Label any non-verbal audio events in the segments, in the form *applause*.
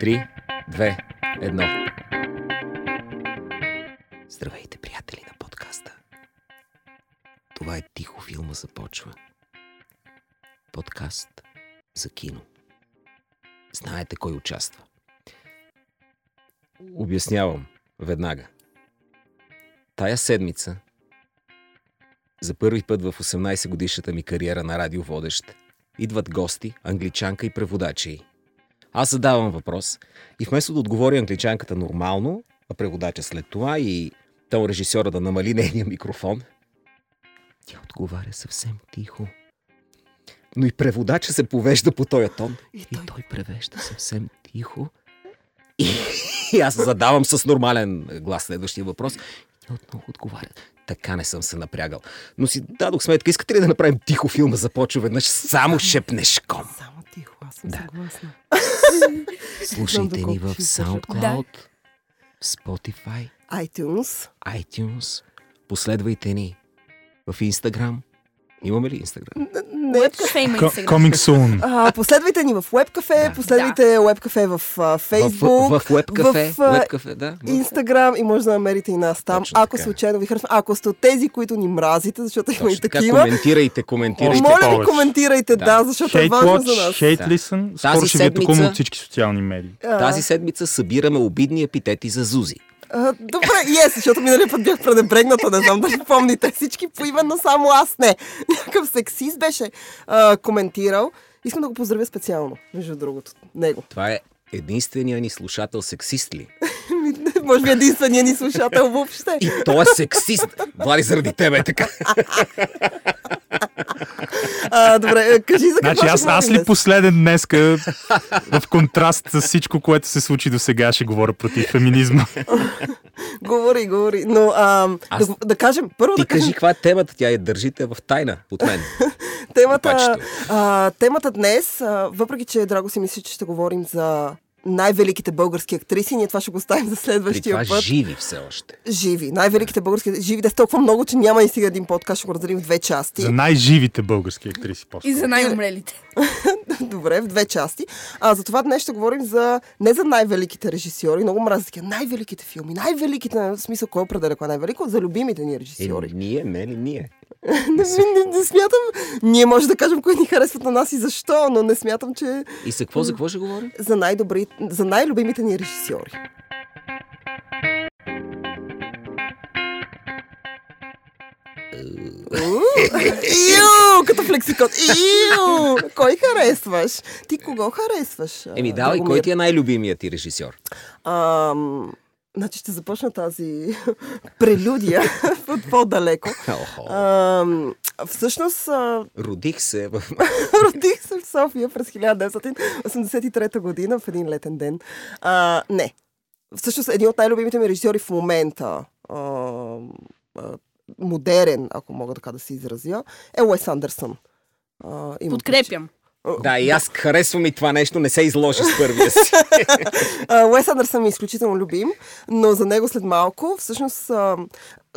Три, две, едно. Здравейте, приятели на подкаста. Това е Тихо филма започва. Подкаст за кино. Знаете кой участва. Обяснявам веднага. Тая седмица, за първи път в 18 годишната ми кариера на радиоводещ, идват гости, англичанка и преводачи й. Аз задавам въпрос и вместо да отговори англичанката нормално, а преводача след това и тъл режисьора да намали нейния микрофон, тя отговаря съвсем тихо. Но и преводача се повежда по този тон. И той, и той превежда съвсем тихо. И, и аз задавам с нормален глас следващия въпрос. И отново отговаря. Така не съм се напрягал. Но си дадох сметка, искате ли да направим тихо филма започва веднъж само шепнешком? Само тихо, аз съм Да. съгласна. Слушайте ни доколко в ще издържа. SoundCloud, в Spotify, iTunes. iTunes. Последвайте ни в Instagram. Имаме ли Instagram? Н- Не. Кафе има Co- Instagram. *laughs* coming soon. А, последвайте ни в WebCafe, Да. последвайте WebCafe в а, Facebook, В, в, в WebCafe. в, а, WebCafe, да. в- Instagram и може да намерите и нас там, Точно ако така. случайно ви харесва. Ако сте от тези, които ни мразите, защото има Точно и така, такива, коментирайте, коментирайте. Още моля ви повече. коментирайте, Да. да, защото е Hate важно за Watch, нас. Да. Hate Listen. Тази Скоро ще ви е седмица- такова от всички *laughs* социални медии. А, Тази седмица събираме обидни епитети за Зузи. а, добре, yes, защото миналия път бях пренебрегната, не знам дали помните всички поименно, само аз не. Някакъв сексист беше а, коментирал. Искам да го поздравя специално, между другото, него. Това е единствения ни слушател сексист ли? *laughs* Може би единствения ни слушател въобще. И той е сексист. Влади, заради тебе е така. А, добре, е, кажи за какво Значи аз, ще аз говорим ли днес? *laughs* последен днеска в контраст с всичко, което се случи до сега, ще говоря *laughs* против феминизма. Говори, говори. Но а, Аз- аз... да, да кажем, първо Ти да кажем кажи каква е темата, тя я държите в тайна от мен. темата, пачето. а, темата днес, а, въпреки че Драго си мисли, че ще говорим за най-великите български актриси, ние това ще го оставим за При следващия това път. живи все още. Живи, най-великите български живи, да са толкова много, че няма и сега един подкаст, ще го разделим в две части. За най-живите български актриси по И за най-умрелите. *laughs* Добре, в две части. А за това днес ще говорим за не за най-великите режисьори, много мразя такива, най-великите филми, най-великите, в смисъл кой определя кой е най-велико, за любимите ни Е, режисьори. ние, не ли ние? *laughs* Не, не, не, не смятам. Ние може да кажем кои ни харесват на нас и защо, но не смятам, че И за какво, за какво ще говорим? за, най-добри, за най-любимите *laughs* ни режисьори. Иу, като флексикон. Иу, кой харесваш? Ти кого харесваш? а, Еми, давай, кой Драгомир? ти е най-любимият ти режисьор? Ам, значи ще започна тази *laughs* прелюдия *laughs* от по-далеко. Охо. Ам, всъщност, а, *laughs* Родих се в... *laughs* Родих се в София през 1983 година в един летен ден. А, не. Всъщност, един от най-любимите ми режисьори в момента, а, а, модерен, ако мога така да се изразя, е Уес Андерсън. А, имам Подкрепям. предвид. Да, и аз харесвам и това нещо, не се изложи с първия *laughs* си. А, Уес Андерсън ми е изключително любим, но за него след малко, всъщност, а,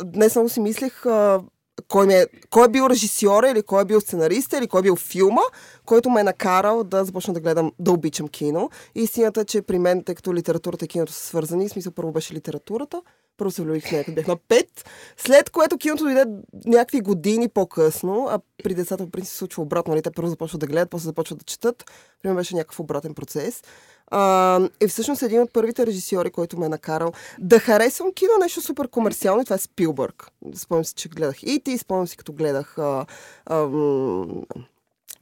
днес много си мислех а, кой, ме, кой е бил режисьора или кой е бил сценариста или кой е бил филма, който ме е накарал да започна да гледам, да обичам кино. И истината е, че при мен, тъй като литературата и киното са свързани, в смисъл първо беше литературата, първо се влюбих в нея, като бях на пет, след което киното дойде някакви години по-късно, а при децата по принцип се случва обратно, нали? те първо започват да гледат, после започват да четат, при мен беше някакъв обратен процес. А, и всъщност един от първите режисьори, който ме е накарал да харесвам кино, нещо супер комерциално, и това е Спилбърг. Спомням си, че гледах и ти, спомням си, като гледах а, ам,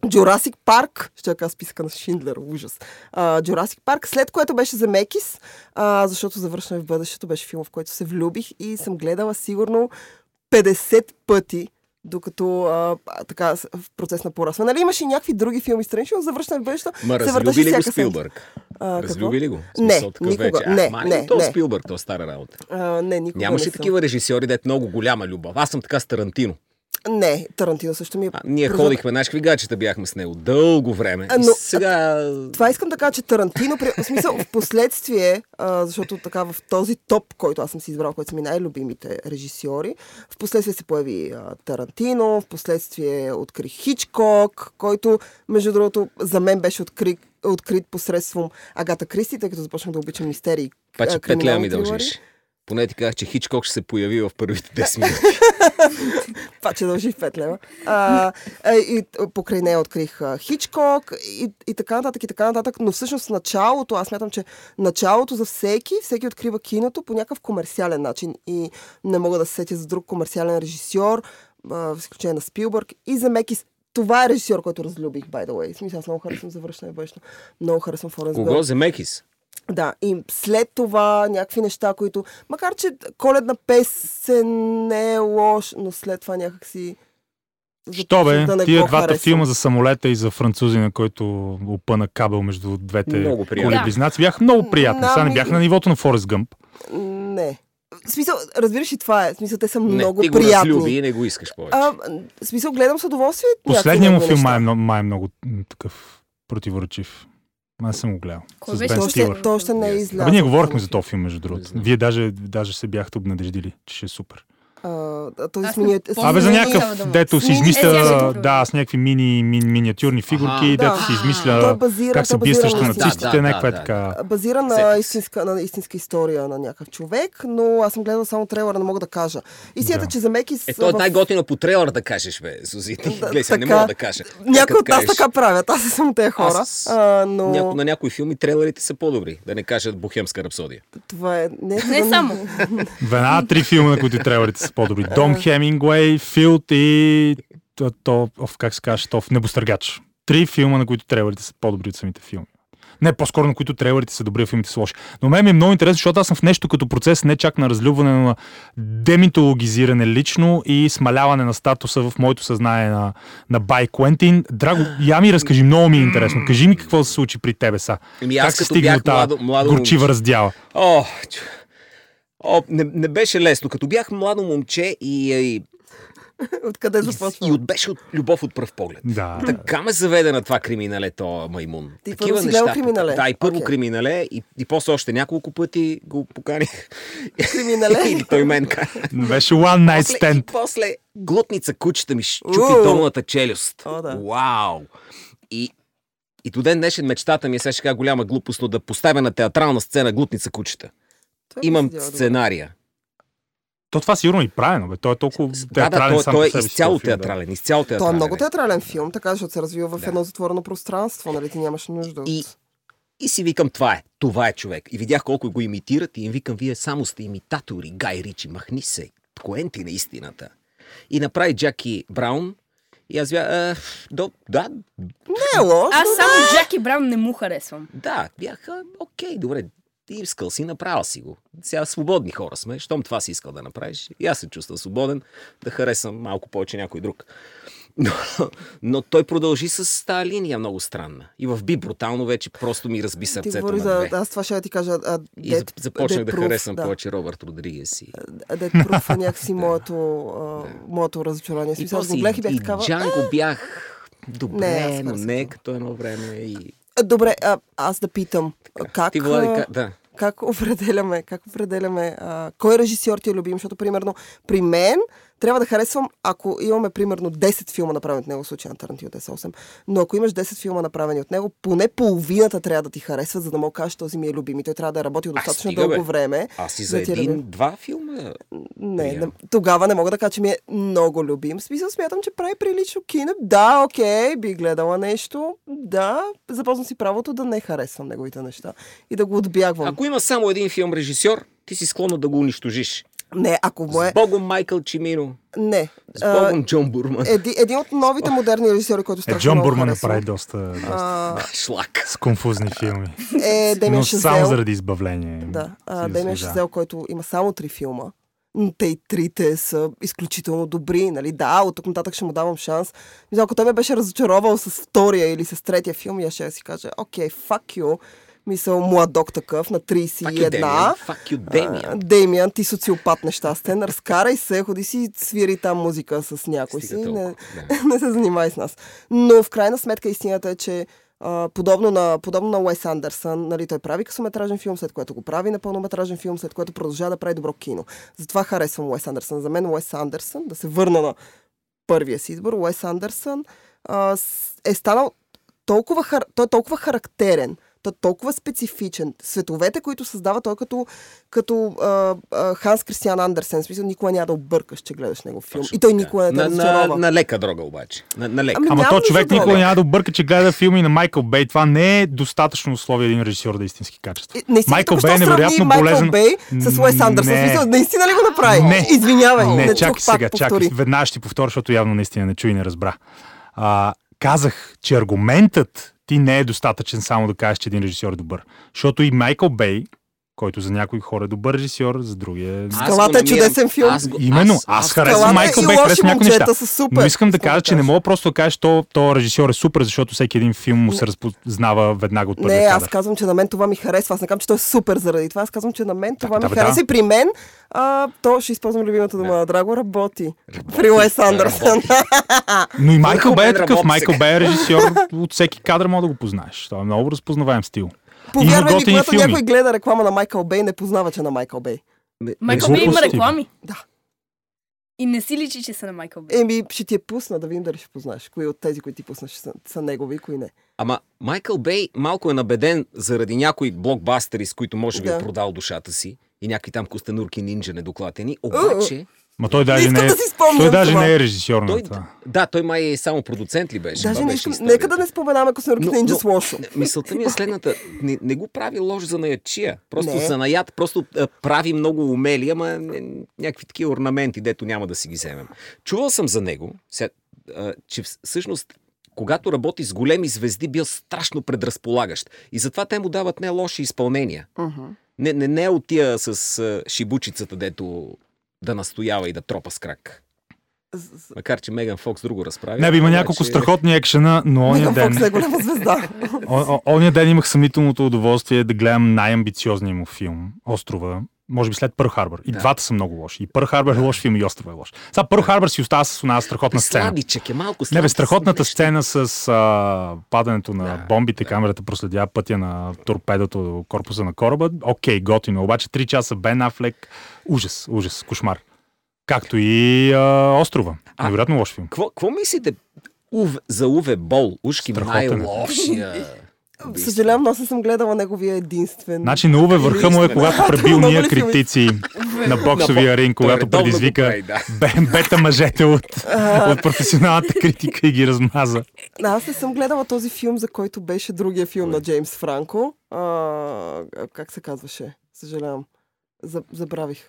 Jurassic Парк, ще я кажа списъка на Шиндлер, ужас. А, Jurassic Парк, след което беше Земекис, а, защото завършване в бъдещето беше филм, в който се влюбих и съм гледала сигурно 50 пъти докато а, а, така с- в процес на порасване. Нали имаше и някакви други филми странични, но завършване в бъдещето Ма се въртеше разлюби ли го всяка седмица. Спилбърг? А, какво? Разлюби ли го? В Не, смисъл, такъв никога. вече. А, Не, ма, не, То не. Спилбърг, то е стара работа. А, не, никога Нямаше не съм. такива режисьори, да е много голяма любов. Аз съм така с Тарантино. Не, Тарантино също ми е... А, ние прозор- ходихме, знаеш какви гачета бяхме с него дълго време. А, И но- сега... Това искам да кажа, че Тарантино, при... в смисъл, в последствие, а, защото така в този топ, който аз съм си избрал, който са ми най-любимите режисьори, в последствие се появи а, Тарантино, в последствие откри Хичкок, който, между другото, за мен беше открит, открит посредством Агата Кристи, тъй като започнах да обичам мистерии. Паче а, пет лева ми криминални трилъри. дължиш. Поне ти казах, че Хичкок ще се появи в *laughs* първите 10 минути. Това, че дължи 5 лева. А, а, и т- покрай нея открих а, Хичкок и, и така нататък, и така нататък. Но всъщност началото, аз смятам, че началото за всеки, всеки открива киното по някакъв комерциален начин. И не мога да се сетя за друг комерциален режисьор, а, в изключение на Спилбърг и за Мекис. Това е режисьор, който разлюбих, by the way. В смисъл, аз много харесвам завършване външно. Много харесвам Форенс Кого? Земекис? да, и след това някакви неща, които... Макар, че коледна песен не е лош, но след това някакси... Що бе, да не тия го двата харесвам. филма за самолета и за французина, който опъна кабел между двете Много приятно. коли близнаци, бяха много приятни. Сега не Ами- бяха на нивото на Форест Гъмп. Не. В смисъл, разбираш и това е. В смисъл, те са Не, много ти го приятни. разлюби и не го искаш повече. А, в смисъл, гледам с удоволствие. някакви Последният му негови филм май е, неща. много- май е много м, такъв противоречив. Аз съм го гледал. Кой с беше Бен То последният? Стилър. още, то още не е Абе, излязъл. Абе, ние говорихме за този филм, между другото. знам. Вие даже, даже се бяхте обнадеждили, че ще е супер. А, този Аз не смени... помня. Абе, за мини- някакъв, става дума. дето си Мини- измисля, Е, сега ще да, с някакви мини, мини миниатюрни фигурки, Аха. дето Да. си Той е измисля базиран, как той се е бие базиран срещу на истинска- нацистите, Да, някаква е да, да, така. базиран на Сетих истинска, на истинска история на някакъв човек, но аз съм гледал само трейлера, не мога да кажа. Истината, Да. че за Мекис... Е, то е в- най-готино по трейлър да кажеш, бе, Сузи. Ти, Да, *laughs* гледай, сега не така. мога да кажа. Някои Като от нас кажеш, така правят. Аз не съм те хора. Аз- А, но Няко, на някои филми трейлерите са по-добри, да не кажат Бохемска рапсодия. това е... Не, Не само. Веднага три филма, на които трейлерите са по-добри. Дом Хемингуей, Филд и то- то, оф, как се казва, то в Небостъргач. Три филма, на които трейлерите са по-добри от самите филми. Не, по-скоро на които трейлерите са добри, а филмите са лоши. Но мен ми е много интересно, защото аз съм в нещо като процес не чак на разлюбване, но на демитологизиране лично и смаляване на статуса в моето съзнание на, на Бай Куентин. Драго, я ми разкажи, много ми е интересно. Кажи ми какво се случи при тебе са. Еми, Ами аз Как се като стигна бях до тази младо- младо горчива момче. раздяла? О, чу... О не, не беше лесно. Като бях младо момче и, е, и, Откъде и, започва? и от, беше от любов от пръв поглед. Да. Така ме заведе на това криминале, то маймун. Ти първо си гледал Криминале? Да, и първо Окей. okay. криминале, и, и после още няколко пъти го поканих. *laughs* Криминале? и той мен кара. Беше One Night После, и Stand. после глутница кучета ми Уу. щупи долната челюст. О, да. Вау! И, и до ден днешен мечтата ми е сега как голяма глупост, но да поставя на театрална сцена глутница кучета. Това е Имам сидяла добре. сценария. То това сигурно и правилно, бе. Той е толкова Да, да, театрален той, сам той по е себе си изцяло този филм, да. театрален. Изцяло театрален. Той е много е. театрален филм, така защото се развива в Да. едно затворено пространство, нали ти нямаш нужда от... И, и си викам, това е, това е човек. И видях колко го имитират и им викам, вие само сте имитатори, Гай Ричи, махни се, коенти на истината. И направи Джаки Браун и аз бях, а, до, да, Не е лошо. Аз само Джаки Браун не му харесвам. да, бях, а, окей, добре, ти искал си, направил си го. Сега свободни хора сме, щом това си искал да направиш. И аз се чувствам свободен, да харесам малко повече някой друг. Но, но той продължи с тази линия много странна. И в би брутално вече просто ми разби ти сърцето говори на за... две. Аз това ще ти кажа. А, И Dead- зап- започнах Dead да Proof, харесвам да. повече Робърт Родригес. И, Dead Proof е *laughs* някакси моето, а, моето разочарование. В и, Е, Смисъл, аз го и, гледах и бях и такава. Джанго бях добре, Не, аз не, но харесвам. не като едно време. И... А, Добре, а, аз да питам. а, Как, Ти, Влади, а, ка... да. как определяме, как определяме а, кой режисьор ти е любим, защото примерно при мен трябва да харесвам, ако имаме примерно 10 филма направени от него, в случая на Тарантино те са 8, но ако имаш 10 филма направени от него, поне половината трябва да ти харесва, за да му кажеш този ми е любим и той трябва да е работил А, достатъчно стига, дълго бе. време. Аз и да за ти е любим. един-два филма. Не, Приемам. не, тогава не мога да кажа, че ми е много любим. В смисъл смятам, че прави прилично кино. Да, окей, би гледала нещо. Да, запазвам си правото да не харесвам неговите неща и да го отбягвам. Ако има само един филм режисьор, ти си склонна да го унищожиш. Не, ако му е... С Богом Майкъл Чимино. Не. С А, е, Богом Джон Бурман. *laughs* Еди, един от новите модерни режисьори, който Е, страшно Джон много Бурман харесвам, направи доста, доста а, Шлак. с конфузни филми. е Демиан Но само Шазел. заради избавление. Да, а, си Демиан заслужава. Шазел, който има само три филма. Но Те и трите са изключително добри, нали? Да, от тук нататък ще му давам шанс. Мисля, ако той ме беше разочаровал с втория или с третия филм, я ще си кажа, окей, fuck you. Мисъл, младок такъв, на Fuck you, 31. Damien. Fuck you, А, Damien. Демиан, ти социопат нещастен, разкарай се, ходи си, свири там музика с някой си, Стига не, толкова. Да. *laughs* не се занимай с нас. Но в крайна сметка истината е, че а, подобно, на, подобно на Уес Андерсън, нали, той прави късометражен филм, след което го прави на пълнометражен филм, след което продължава да прави добро кино. Затова харесвам Уес Андерсън. За мен Уес Андерсън, да се върна на първия си избор, Уес Андерсън а, с- е станал толкова, хар... той е толкова характерен, той е толкова специфичен. Световете, които създава той е като, като а, а, Ханс Кристиан Андерсен, в смисъл никога няма да объркаш, че гледаш негов филм. Точно и той така. никога не е на, те на, разочарова. на лека дрога обаче. На, на лека. Ами, Ама няма то нужда човек да никога лека. няма да обърка, че гледа филми на Майкъл Бей. Това не е достатъчно условие един режисьор да е истински качество. Е, Наистина, Майкъл Майкъл Бей е Бей невероятно невероятно Майкъл болезнен. Бей с Уес Андерсън. Не. В Смисъл, наистина ли го направи? Не. Извинявай, Не, не чакай чух сега, пак повтори. чакай. Веднага ще ти повторя, защото явно наистина не чу и не разбра. А, казах, че аргументът ти не е достатъчен само да кажеш, че един режисьор е добър. Защото и Майкъл Бей, който за някои хора е добър режисьор, за други е... Аз Скалата го е чудесен филм. го- Именно, аз харесвам Скалата Майкъл и Бей, лоши харесвам някои момчета неща. са супер. Но искам да Какво кажа, че не кажеш? мога просто да кажа, то, то режисьор е супер, защото всеки един филм му се разпознава веднага от първия Не, аз кадър. казвам, че на мен това ми харесва. Аз не казвам, че той е супер заради това. Аз казвам, че на мен това да, ми бе, да. харесва. И при мен, а, то ще използвам любимата дума на Драго, работи. При Уес Андерсън. Работи. Но и Майкъл Върху Бей е мен такъв. работи Майкъл сега. Бей е режисьор. *laughs* От всеки кадър мога да го познаеш. Това е много разпознаваем стил. Има *laughs* Повярвай ми, готини когато филми. някой гледа реклама на Майкъл Бей, не познава, че е на Майкъл Бей. Не- Майкъл не- Бей има глупости. реклами. Да. И не си личи, че са на Майкъл Бей. Еми, ще ти я пусна да видим дали ще познаеш. Кои от тези, които ти пуснаш, са, са негови, кои не. Ама Майкъл Бей малко е набеден заради някои блокбастери, с които може би Да. е продал душата си и някакви там костенурки нинджа недоклатени. Обаче, Ма той Не даже не искам е, да си спомням той даже това. не е режисьор на той, това. да, той май е само продуцент ли беше? Даже Това не беше искам. историята. Нека да не споменаваме Космирките Но- Ninja с но- лошо. Мисълта ми е следната. Не, не го прави лош за наячия. Просто Не. за наят. Просто а, прави много умели, ама не, някакви такива орнаменти, дето няма да си ги вземем. Чувал съм за него, сега, а, че вс- всъщност когато работи с големи звезди, бил страшно предразполагащ. И затова те му дават не лоши изпълнения. Мгм. Не, не, не е от тия с а, шибучицата, дето да настоява и да тропа с крак. З- з- Макар, че Меган Фокс друго разправи. Не, бе, има обаче- няколко страхотни екшена, но ония Меган Фокс ден, е голяма звезда. о- о- ония ден имах съмнителното удоволствие да гледам най-амбициозния му филм Острова. Може би след Пърл Харбър. И Да. двата са много лоши. И Пърл Харбър е лош филм, и Острова е лош. Сега Пърл Харбър си остава с една страхотна сцена. Сладичък е малко Не бе, сладичък. страхотната сцена с а, падането на Да, бомбите, да. камерата проследява пътя на торпедото до корпуса на кораба. Окей, готино. Обаче 3 часа Бен Афлек. Ужас, ужас, кошмар. Както и а, Острова. А. Невероятно лош фим. Какво, какво мислите Ув, за Уве Бол? Ушки Страхотен е. *laughs* най-лошия. убийство. Съжалявам, но аз не съм гледала неговия единствен. Значи на Уве върха му е, Наистина. *laughs* когато пребил Много ние ли филми? критици на боксовия ринг, Той когато редовно го предизвика прави, да. бе- бета мъжете от, от професионалната критика и ги размаза. Аз не съм гледала този филм, за който беше другия филм на Джеймс Франко. А, а, как се казваше? Съжалявам. За- Забравих.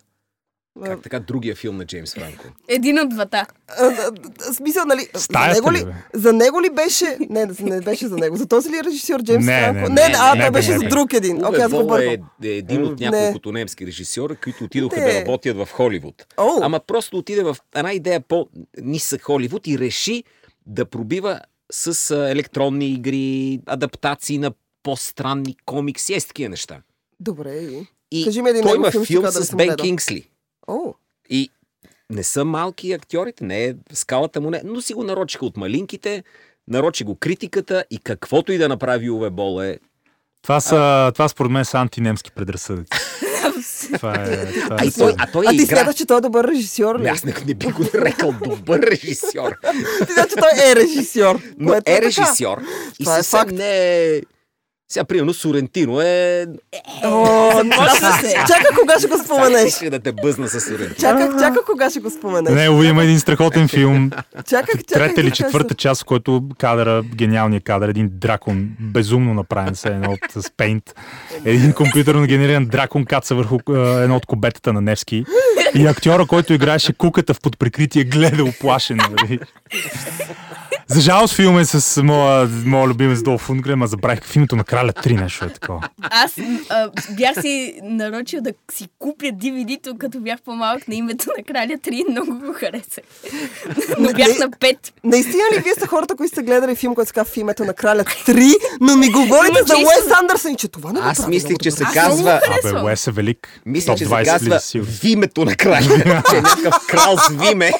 А, Как така другия филм на Джеймс Франко? Е, Един от двата. а, а, а, Смисъл, нали? За Стаята него ли, ли, бе? за него ли беше... Не, не беше за него. За този ли е режисьор Джеймс Не, Франко? не, не, не, а, не, той не, беше не, за не. друг един. Окей, аз го Бол е, бъркам. е един от Не. няколкото немски режисьора, които отидоха Не. да работят в Холивуд. Оу. Ама просто отиде в една идея по-нисък Холивуд и реши да пробива с а, електронни игри, адаптации на по-странни комикси, е с такива неща. Добре. и- И Кажи ми един той негов има филм, филм, ще кажа дали с съм Бен гледала. Кингсли. Оу. И не са малки актьорите, не е скалата му, не, но си го нарочиха от малинките, нарочи го критиката и каквото и да направи Уве Бол е... Това, са, това според мен са антинемски *laughs* предразсъдъци. Това е, това А, е и той, а той А е ти игра. смяташ, че той е добър режисьор ли? Аз не, не би го нарекал добър *laughs* режисьор, Ти знаеш, че той е режисьор. но което е така. режисьор и Това е съвсем факт. не е... Сега, примерно, Сорентино е... О, аз- Чакай кога ще го споменеш. Исках да те бъзна с Сорентино. Чаках, чаках кога ще го споменеш. Не, има един страхотен филм. Чаках, чаках. Трета или да кажа. четвърта част, в който кадъра, гениалният кадър, един дракон, безумно направен се едно от с пейнт. Един компютърно генериран дракон каца върху е, едно от кубетата на Невски. И актьора, който играеше куката в подприкритие, гледа оплашен. нали? За жалост филм е с моя, моя любимец Долф Лундгрен, а забравих в името на Краля 3 нещо е такова. Аз а, бях си нарочил да си купя DVD-то, като бях по-малък на името на Краля 3 много го харесах. Но бях на 5. Наистина ли вие сте хората, които сте гледали филм, който се казва в името на краля 3, но ми говорите Ама за чисто. Уес Андерсън и че това не го Аз прави мислих, много че добре. се Аз много казва... харесвам. Абе, Уес е велик. Мисля, Топ че се 20 казва влиза сигурно. в името на краля. че е някакъв крал с *laughs* виме.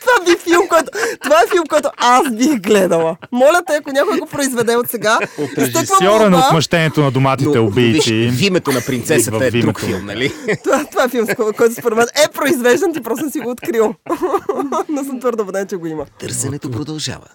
Това би филм, който... Това е филм, който аз бих гледала. Моля те, ако някой го произведе от сега, изтъквам Режисьора на молба. отмъщението на доматите убийци. виж, в името на принцесата е В името. друг филм, нали? това, това е филм, с кой- който според мен е произвеждан, ти просто не си го открил. *laughs* но съм твърдо убеден, че го има. Търсенето продължава.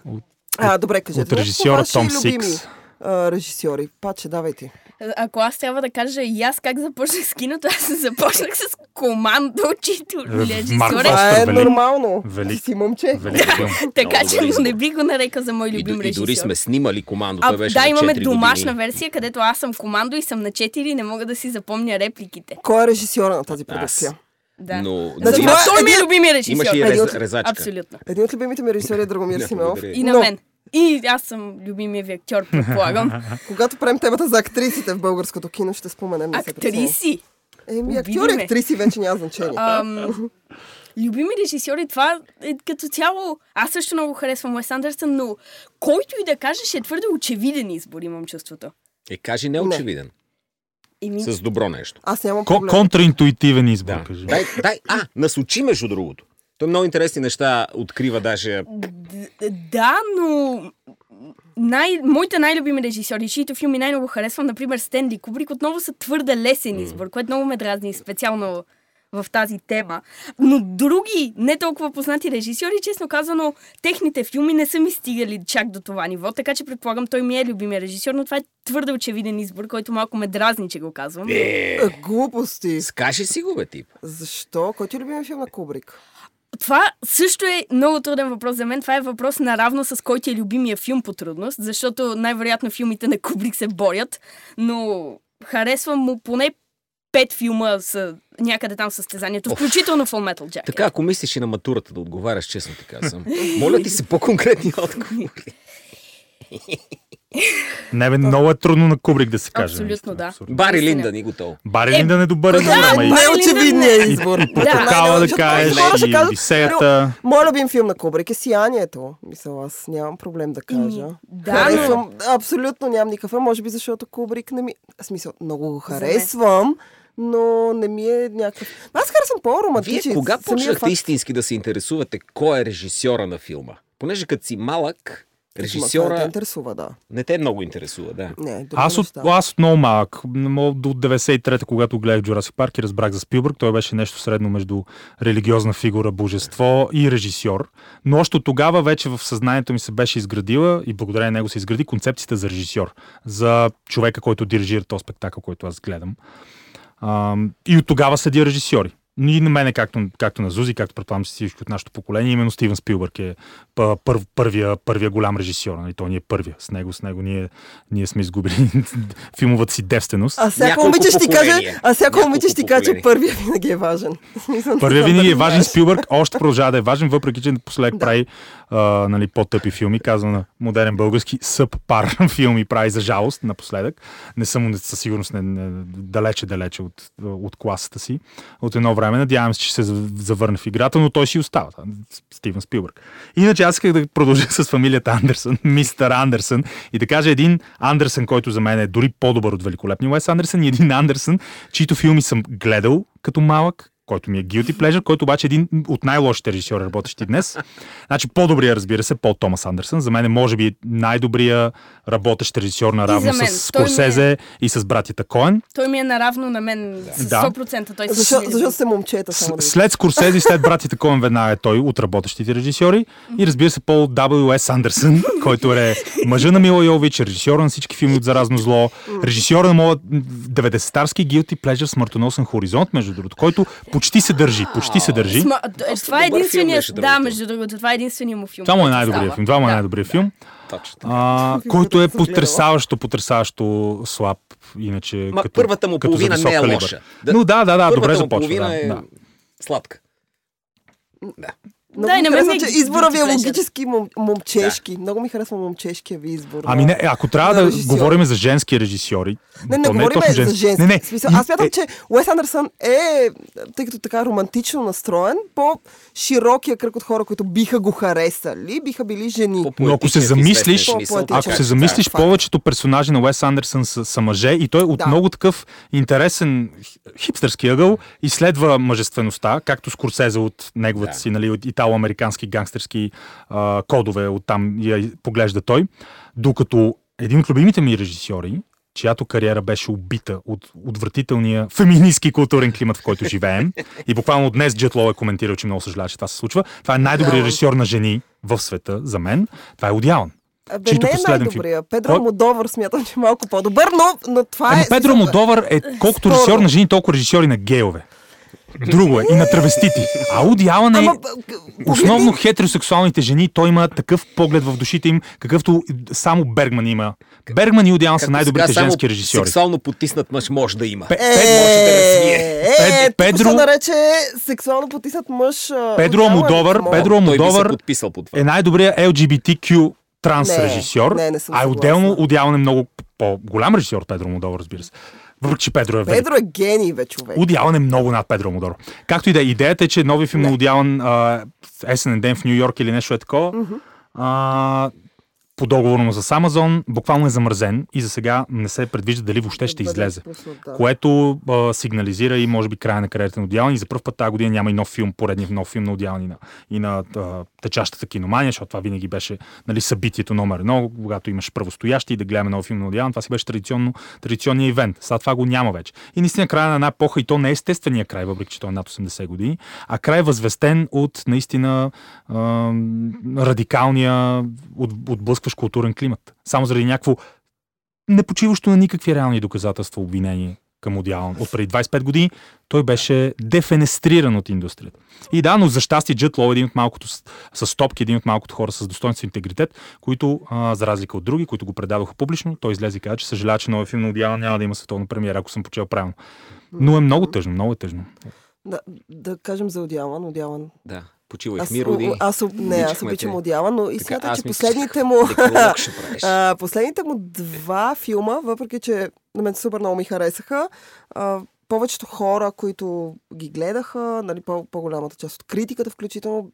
А, добре, кажете. от ми, режисьора ваши Том любими, Сикс. а, режисьори. Паче, давай ти. Ако аз трябва да кажа и аз как започнах с киното, аз започнах с командо, чието Марко режисьор. Фостер. Това е велик. нормално. Велик. Ти си момче. Велик филм. Така Много добър че избор. не би го нарекал за мой И, любим до- и режисьор. дори сме снимали командо. А, Той беше да, на имаме 4 домашна години. версия, където аз съм командо и съм на 4 и не мога да си запомня репликите. Кой е режисьора на тази продукция? Да. Но, Значи, но има- това е той ми е един- любимия режисьор. имаше и Един рез, Ами от- резачка. Абсолютно. Един от любимите ми режисьори е Драгомир Не, Симеов. благодаря. И на Но, мен. И аз съм любимия ви актьор, *laughs* предполагам. Когато правим темата за актрисите в българското кино, ще споменем. не се притесняй. Актриси. Еми, Обиди актьори, ме. актриси вече няма значение. Ам, любими режисьори, това е като цяло. Аз също много харесвам Уес Андерсън, но който и да кажеш е твърде очевиден избор, имам чувството. Е, кажи неочевиден. Еми, С добро нещо. Аз нямам Ко- проблем. Контраинтуитивен избор, Да. кажи. Дай, дай, а, насочи между другото. Той много интересни неща открива даже. Д- Да, но най- моите най-любими режисьори, чието филми най-много харесвам, например Стенли Кубрик, отново са твърде лесен избор, което много ме дразни, специално в тази тема. Но други не толкова познати режисьори, честно казано, техните филми не са ми стигали чак до това ниво, така че предполагам той ми е любимия режисьор, но това е твърде очевиден избор, който малко ме дразни, че го казвам. Е, Е, глупости. скажи си го, бе, тип. Защо? Кой ти е любимия филм на Кубрик? Това също е много труден въпрос за мен. Това е въпрос наравно с кой ти е любимия филм по трудност, защото най-вероятно филмите на Кубрик се борят, но харесвам му поне пет филма с някъде там в състезанието, Оф. включително Full Metal Jacket. Така, ако мислиш и на матурата да отговаряш, честно ти казвам. Моля ти се по-конкретни отговори. Не, бе, много е трудно на Кубрик да се каже. Абсолютно, наистина, да. абсурдно. Бари Наистина. Линда ни готов. Бари Линдън е добър избор, ама и да. Най-очевидният избор. Протокала да Най-най-най- кажеш, Хора ще и кажат, Одисеята. Моят любим филм на Кубрик е Сиянието. Мисля, аз нямам проблем да кажа. Ими, да, Харесвам, абсолютно нямам никакъв. проблем, Може би защото Кубрик не ми... В смисъл, много го За мен. харесвам, но не ми е някакъв... Аз харесвам Вие по-романтичен. кога самия почнахте факт- истински да се интересувате кой е режисьора на филма? Понеже като си малък, Ма, това те режисьора интересува, да. не те много интересува, да. Не, други Аз от, неща. аз от много малък, м- до 93-та, когато гледах Jurassic Парк и разбрах за Спилбърг, той беше нещо средно между религиозна фигура, божество и режисьор. Но още от тогава вече в съзнанието ми се беше изградила и благодарение на него се изгради концепцията за режисьор, за човека, който дирижира този спектакъл, който аз гледам. Ам, и от тогава следи режисьори. И на мене, както, както на Зузи, както предполагам че всички от нашето поколение, именно Стивен Спилбърг е пър, пър, първия, първия голям режисьор. Нали? Той ни е първия. С него, с него ние, ние сме изгубили *laughs* филмовата си девственост. А всяко Няколко момиче ще ти каже, поколения. а всяко Няколко момиче ще ти каже, че поколения. първия винаги е важен. *laughs* Първия винаги е важен знаеш. Спилбърг, още продължава да е важен, въпреки че напоследък прави а, нали, по-тъпи филми, казвам на модерен български събпар *laughs* филми прави за жалост напоследък. Не съм му- със сигурност не, не, далече, далече от, от класата си. От едно време надявам се, че ще се завърне в играта, но той си остава. да, Стивен Спилбърг. Иначе аз исках да продължа с фамилията Андерсън, *laughs* мистер Андерсън и да кажа един Андерсън, който за мен е дори по-добър от великолепния Уес Андерсън и един Андерсън, чието филми съм гледал като малък, който ми е guilty pleasure, който обаче е един от най-лошите режисьори, работещи днес. Значи по-добрия, разбира се, Пол Томас Андерсън. За мен е, може би, най-добрия работещ режисьор наравно И за мен. с Той ми е- Скорсезе и с братята Коен. Той ми е наравно на мен с Да. 100%. Той Защо, си- защото сте момчета, С- само да ви След Скорсезе и след братята Коен веднага е той от работещите режисьори. И разбира се, Пол W.S. Андерсън, *laughs* който е мъжа на Мила Йович, режисьора на всички филми от Заразно зло, режисьора на моят 90-тарски Guilty Pleasure Смъртоносен хоризонт, между другото, който почти се държи, почти се държи. Сма... е, Това е добър филм единствения... беше, Да, другото. между другото, това е единствения му филм. Това му е който най-добрият става. филм. Това му е Да. най-добрият филм. Точно. така. А, Филмите който е съм гледала. потресаващо, потресаващо слаб, иначе. Ма, като, първата му като за половина висок не е калибър. лоша. Да, Но да, да, да, Първата е добре му започва. половина Да, е да. Сладка. Много Да, и ми на мен харесва, ми е че избора ви е guilty pleasure. логически мом, момчешки. Много ми харесва момчешкия ви избор. Ами не, ако трябва на да режисьор. говорим за женски режисьори. Не, не то е говорим точно за женски. Не, не. В Смисъл, и- аз смятам, е, че Уес Андерсън е, тъй като така романтично настроен, по-широкия кръг от хора, които биха го харесали, биха били жени. е, Но ако се По-поетичен в известен замислиш- смисъл, По-поетичен. така Ако е. се замислиш, факт. повечето персонажи на Уес Андерсън са, са мъже и той от Да. много такъв интересен хи- хипстърски ъгъл изследва мъжествеността, както Скорсезе от неговата Да. си, нали, от итало-американски гангстерски а, кодове, оттам я и- поглежда той. Докато един от любимите ми режисьори, чиято кариера беше убита от отвратителния феминистски културен климат, в който живеем. И буквално днес Джет Лоу е коментирал, че много съжалява, че това се случва. Това е най-добрият Алан. режисьор на жени в света, за мен. Това е Одялан. Абе, чийто не е последен филм. най-добрия. Педро Кой? Модовър смятам, че е малко по-добър, но, но това Ама е... Педро Модовър Ами, е колкото режисьор спорно. на жени, толкова режисьор и на гейове. Друго е. И на травестити. А Уди Алън е Ама, б- г- основно погледни- хетеросексуалните жени. Той има такъв поглед в душите им, какъвто само Бергман има. Бергман и Уди Алън са Както най-добрите сега, само женски режисьори. Сексуално потиснат мъж може да има. Е, Пе- Пед- може да развие. е, е, Пед- Педро... Педро- се нарече сексуално потиснат мъж. а, Педро отдялен Модовър, мол. Педро Той би се Модовър подписал под това. е най-добрият LGBTQ транс Не, режисьор. не, не съм а е съгласна. отделно, отделно е много по-голям режисьор Педро Модовър, разбира се. Въпреки, че Педро е велик. Педро е гений, бе, човек. Уди Алън е много над Педро Модоро. Както и да е, идеята е, че нови филм на Уди Алън, а, есенен ден в Нью Йорк или нещо е такова, а, по договорно с Амазон, буквално е замързен и за сега не се предвижда дали въобще ще Бъде излезе. пуснат, да. Което а, сигнализира и може би края на кариерата на Одиални. За първ път тази година няма и нов филм, поредният нов филм на Одиални на, и на а, течащата киномания, защото това винаги беше нали, събитието номер едно, когато имаш правостоящи и да гледаме нов филм на Одиални. Това си беше традиционно, традиционният ивент. Сега това го няма вече. И наистина края на една епоха, и то не е естествения край, въпреки че той е над 80 години, а край е възвестен от наистина а, радикалния, от, отблъскващ културен климат. Само заради някакво не почиващо на никакви реални доказателства обвинение към Одиалан. От преди 25 години той беше дефенестриран от индустрията. И да, но за щастие Джет Лоу е един от малкото с, с топки, един от малкото хора с достоинство и интегритет, които, а, за разлика от други, които го предадоха публично, той излезе и каза, че съжалява, че новия филм на Одиалан няма да има световна премиера, ако съм почел правилно. Но е много тъжно, много е тъжно. Да, да кажем за Одялан. Одялан. Да, почивай в Аз, мир, Роди. о- аз, об- не, аз Обичахме обичам те. Одялан, но и е. Така, смятам, аз че мислех, последните му... *laughs* Некролог ще правиш. а, последните му два филма, въпреки че на мен супер много ми харесаха, а, повечето хора, които ги гледаха, нали, по- по-голямата част от критиката включително,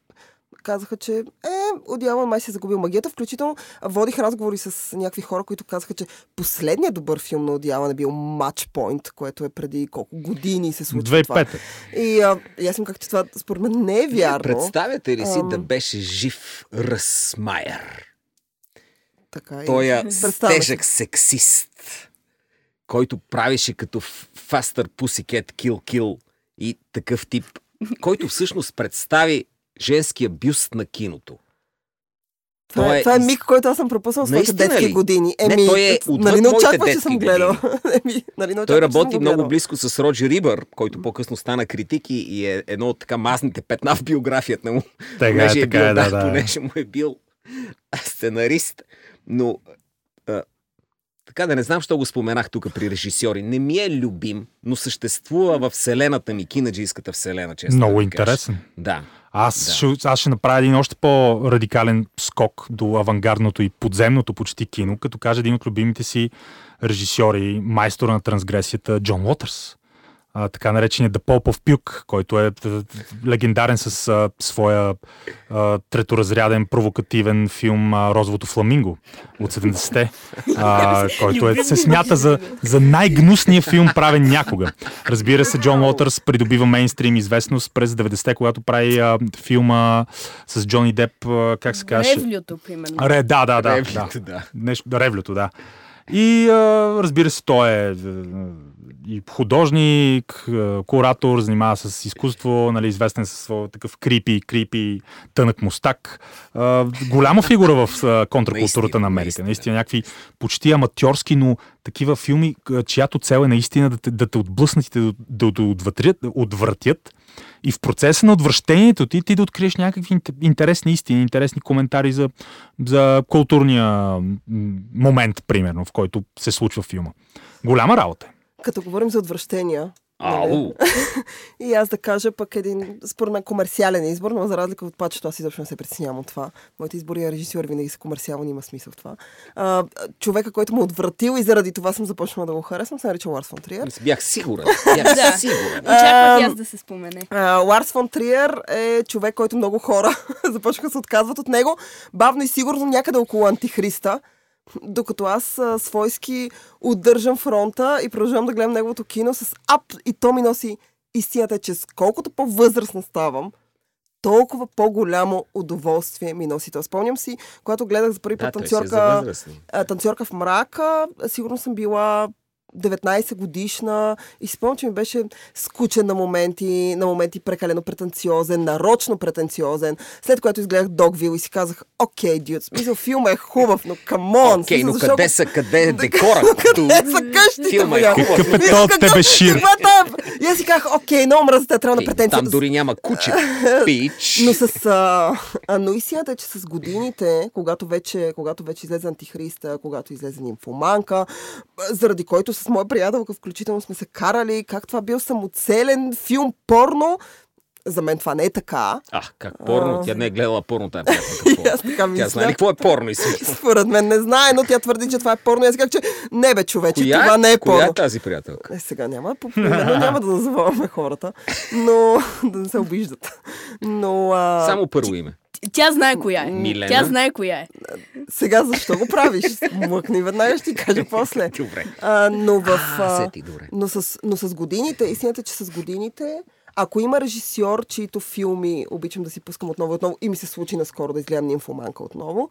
казаха, че е, Одялан май си е загубил магията. Включително а, водих разговори с някакви хора, които казаха, че последният добър филм на Одялан е бил Матчпойнт, което е преди колко години се Е, случва това. 2005. И, а, и аз съм как, че това според мен не е вярно. Представяте ли си Ам. да беше жив Ръсмайер? Така, и- Той е Ами, Представяме си. тежък сексист, който правеше като ф- Faster Pussycat Kill Kill и такъв тип, който всъщност представи женския бюст на киното. Това, Той е, е това е из- миг, който аз съм пропуснал в своите Наистина детски ли? години. Не, Еми, той е отвъд нали не моите очакваш, че детски съм гледала. *laughs* Еми, нали не очакваш, Той че съм работи го много гледала. близко с Роджи Рибър, който по-късно стана критик и- и е едно от така мазните петна в биографията му. Така е, понеже така бил, е, да, да. Понеже му е бил сценарист. Но а, така да не знам, що го споменах тук при режисьори. Не ми е любим, но съществува в вселената ми, кинаджийската вселена, честно. е да Много ви кажа. интересен. Да. Аз, Да. да. ще, аз ще направя един още по-радикален скок до авангардното и подземното почти кино, като кажа един от любимите си режисьори, майстора на трансгресията, Джон Уотърс. А, така наречения The Pope of Puke, който е т- т- легендарен с а, своя а, треторазряден, провокативен филм а, Розовото фламинго от 70-те, а, който е, се смята за, за най-гнусния филм, правен някога. Разбира се, Джон Уотърс придобива мейнстрим известност през 90-те, когато прави а, филма с Джони Деп, а, как се казваше? Ревлюто, примерно. Ре, да, да, да. да. Ревлито, да. Нещо, да, ревлюто, да. И а, разбира се, той е, е и художник, е, куратор, занимава се с изкуство, нали, известен със своя такъв крипи, крипи, тънък мустак. А, голяма фигура в а, контракултурата Наистина, на Америка. наистина. Наистина, някакви почти аматьорски, но такива филми, к- чиято цел е наистина да те, да те отблъснат и те да, да, да отвратят, отвратят. И в процеса на отвращението ти, ти да откриеш някакви инте- интересни истини, интересни коментари за, за културния м, момент, примерно, в който се случва филма. Голяма работа. е. Като говорим за отвращения, Ау! И аз да кажа пък един, според мен, комерциален избор, но за разлика от пачето, аз изобщо не се притеснявам от това. Моите избори на режисьор винаги са комерциални, има смисъл в това. А, човека, който му е отвратил и заради това съм започнала да го харесвам, се нарича Ларс фон Триер. Бях сигурен. Да. Бях сигурен. Очаквах и аз да се спомене. А, Ларс фон Триер е човек, който много хора *laughs* започнаха да се отказват от него. Бавно и сигурно някъде около Антихриста. Докато аз а, свойски удържам фронта и продължавам да гледам неговото кино с ап и то ми носи истината, е, че с колкото по-възрастна ставам, толкова по-голямо удоволствие ми носи. То спомням си, когато гледах за първи Да, път той си е за танцорка възрастни. а, танцорка в мрака. Сигурно съм била 19 годишна и си спомням, че ми беше скучен на моменти, на моменти прекалено претенциозен, нарочно претенциозен. След което изгледах Догвил и си казах, окей, дюд, смисъл филма е хубав, но камон. Окей, но смисъл, защо къде го- са, къде е декора? *laughs* Къде са къщите? Филма е бля? хубав. Какъв е Мисля, то какъв- *laughs* тебешир? Каква тъп? И аз си казах, окей, много мръсната, трябва на Ей, претенция Там да дори няма куче. Пич. но с... А, а, но истината е, че с годините, когато вече, когато вече излезе Антихриста, когато излезе Нимфоманка, заради който с моя приятелка включително сме се карали, как това бил самоцелен филм порно, за мен това не е така. А, как порно? А. Тя не е гледала порно тая приятелка. И Какво е? аз така мисля. Тя знае ли какво е порно и си? Според мен не знае, но тя твърди, че това е порно. И Аз казах, че не бе, човече, Коя, това не е коя е порно. тази приятелка? Е, сега няма, по примерно няма да назоваваме хората, но *laughs* да не се обиждат. Но а, Само първо име. Тя знае коя е. Милена? Тя знае коя е. сега защо го правиш? Млъкни веднага, ще ти кажа после. Добре. А, но в... А, А, сети, добре. но, с, но с годините, истината е, че с годините, ако има режисьор, чието филми обичам да си пускам отново и отново, и ми се случи наскоро да изгледам Нимфоманка отново,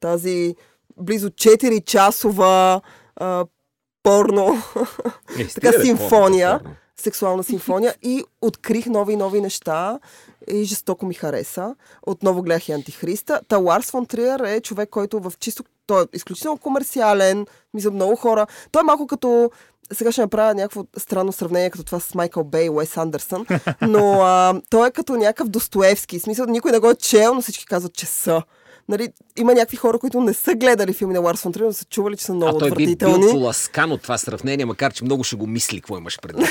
тази близо 4 часова а, порно, *laughs* Е, стига така да е симфония, порно, порно. сексуална симфония и открих нови и нови неща и жестоко ми хареса. Отново гледах и Антихриста. Та Ларс фон Триер е човек, който в чисто... Той е изключително комерциален, мисля много хора. Той е малко като... Сега ще направя някакво странно сравнение, като това с Майкъл Бей и Уес Андерсън, но а, той е като някакъв Достоевски. В смисъл, никой не го е чел, но всички казват, че са. Нали, има някакви хора, които не са гледали филми на Ларс фон Триер, но са чували, че са много А той би бил отвратителни. поласкан от това сравнение, макар че много ще го мисли, какво имаш *laughs* предвид.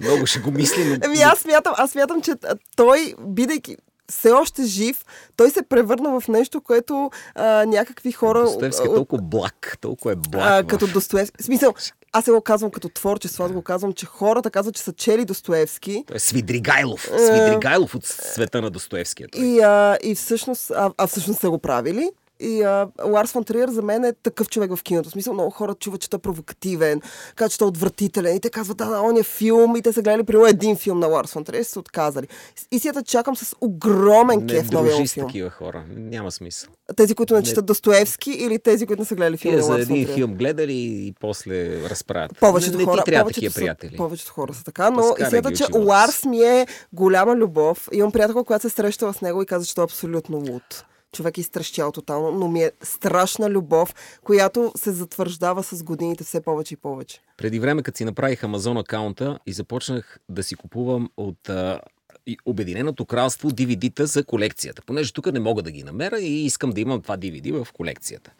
Много ще го мисли, но... Ами аз смятам, аз смятам, че а, той, бидейки все още жив, той се превърна в нещо, което а, някакви хора... Достоевски е а, толкова благ, толкова е а, благ. в- като Достоевски. В смисъл, аз се го казвам като творчество, аз го казвам, че хората казват, че са чели Достоевски. Той е Свидригайлов. Свидригайлов от света на Достоевския. Той. И, а, и всъщност, а, а всъщност са го правили. И а, Ларс фон Триер за мен е такъв човек в киното. В смисъл, много хора чуват, че той е провокативен, казват, че той е отвратителен. И те казват, да, да, он е филм. И те са гледали примерно един филм на Ларс фон Триер и са се отказали. И си я чакам с огромен Не кеф новия му дружи с филм. такива хора. Няма смисъл. Тези, които не Не. четат Достоевски или тези, които не са гледали филм Те на за Ларс фон един Триер. филм гледали и после разправят. Повечето не, не хора, ти трябва повечето, такива са, приятели. повечето хора са така, но Разкарай и смятам, ги че от живота Ларс си. ми е голяма любов. Имам приятелка, която се срещала с него и каза, че той е абсолютно луд. Човек е изтрещял тотално, но ми е страшна любов, която се затвърждава с годините все повече и повече. Преди време, като си направих Амазон акаунта и започнах да си купувам от а, и- Обединеното кралство DVD-та за колекцията. Понеже тук не мога да ги намеря и искам да имам това DVD в колекцията.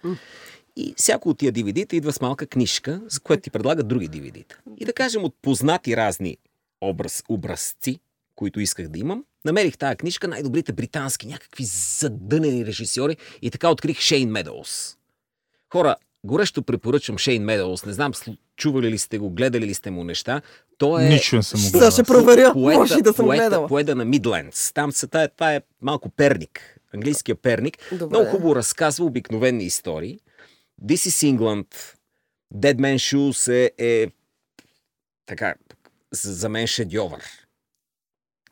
И всяко от тия DVD-та идва с малка книжка, за която ти предлага други DVD-та. И да кажем, от познати разни образ, образци, които исках да имам, намерих тази книжка, най-добрите британски, някакви задънени режисьори и така открих Шейн Медоус. Хора, горещо препоръчвам Шейн Медоус. Не знам, слу- чували ли сте го, гледали ли сте му неща. Той е... Нищо не съм го Сега гледал. ще *laughs* проверя. Поета, Може и да съм поета, гледала. Поета на Мидлендс. Там са, тая, това е малко перник. Английския перник. Добре. Много хубаво разказва обикновени истории. This is England. Dead Man Shoes е, е така, за, за мен шедьовър.